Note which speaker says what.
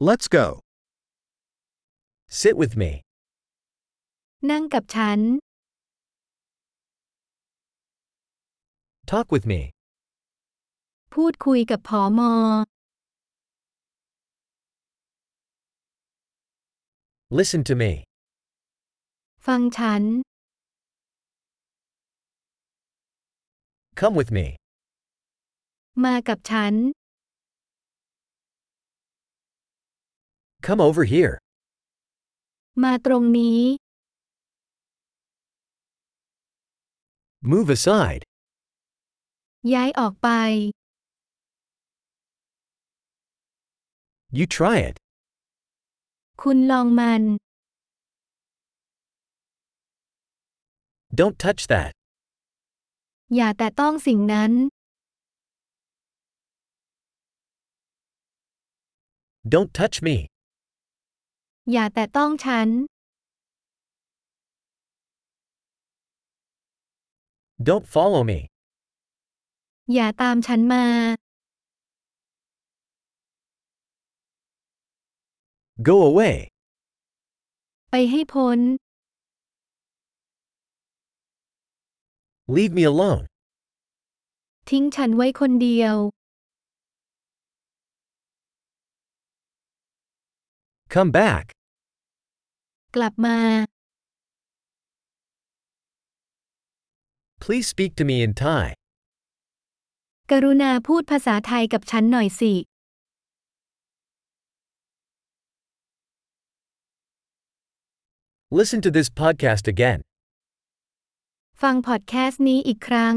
Speaker 1: Let's go.
Speaker 2: Sit with me.
Speaker 3: นั่งกับฉัน
Speaker 2: Talk with me.
Speaker 3: พูดคุยกับผอมอ
Speaker 2: Listen to me.
Speaker 3: ฟังฉัน
Speaker 2: Come with me.
Speaker 3: มากับฉัน
Speaker 2: Come over here.
Speaker 3: มาตรงนี้
Speaker 2: Move aside.
Speaker 3: ย้ายออกไป
Speaker 2: You try it.
Speaker 3: คุณลองมัน
Speaker 2: Don't touch that.
Speaker 3: อย่าแต่ต้องสิ่งนั้น
Speaker 2: Don't touch me.
Speaker 3: อย่าแต่ต้องฉัน
Speaker 2: Don't follow me.
Speaker 3: อย่าตามฉันมา
Speaker 2: Go away.
Speaker 3: ไปให้พ้น
Speaker 2: Leave me alone.
Speaker 3: ทิ้งฉันไว้คนเดียว
Speaker 2: Come back.
Speaker 3: กลับมา
Speaker 2: Please speak to me in Thai.
Speaker 3: กรุณาพูดภาษาไทยกับฉันหน่อยสิ
Speaker 2: Listen to this podcast again.
Speaker 3: ฟังพอดแคสต์นี้อีกครั้ง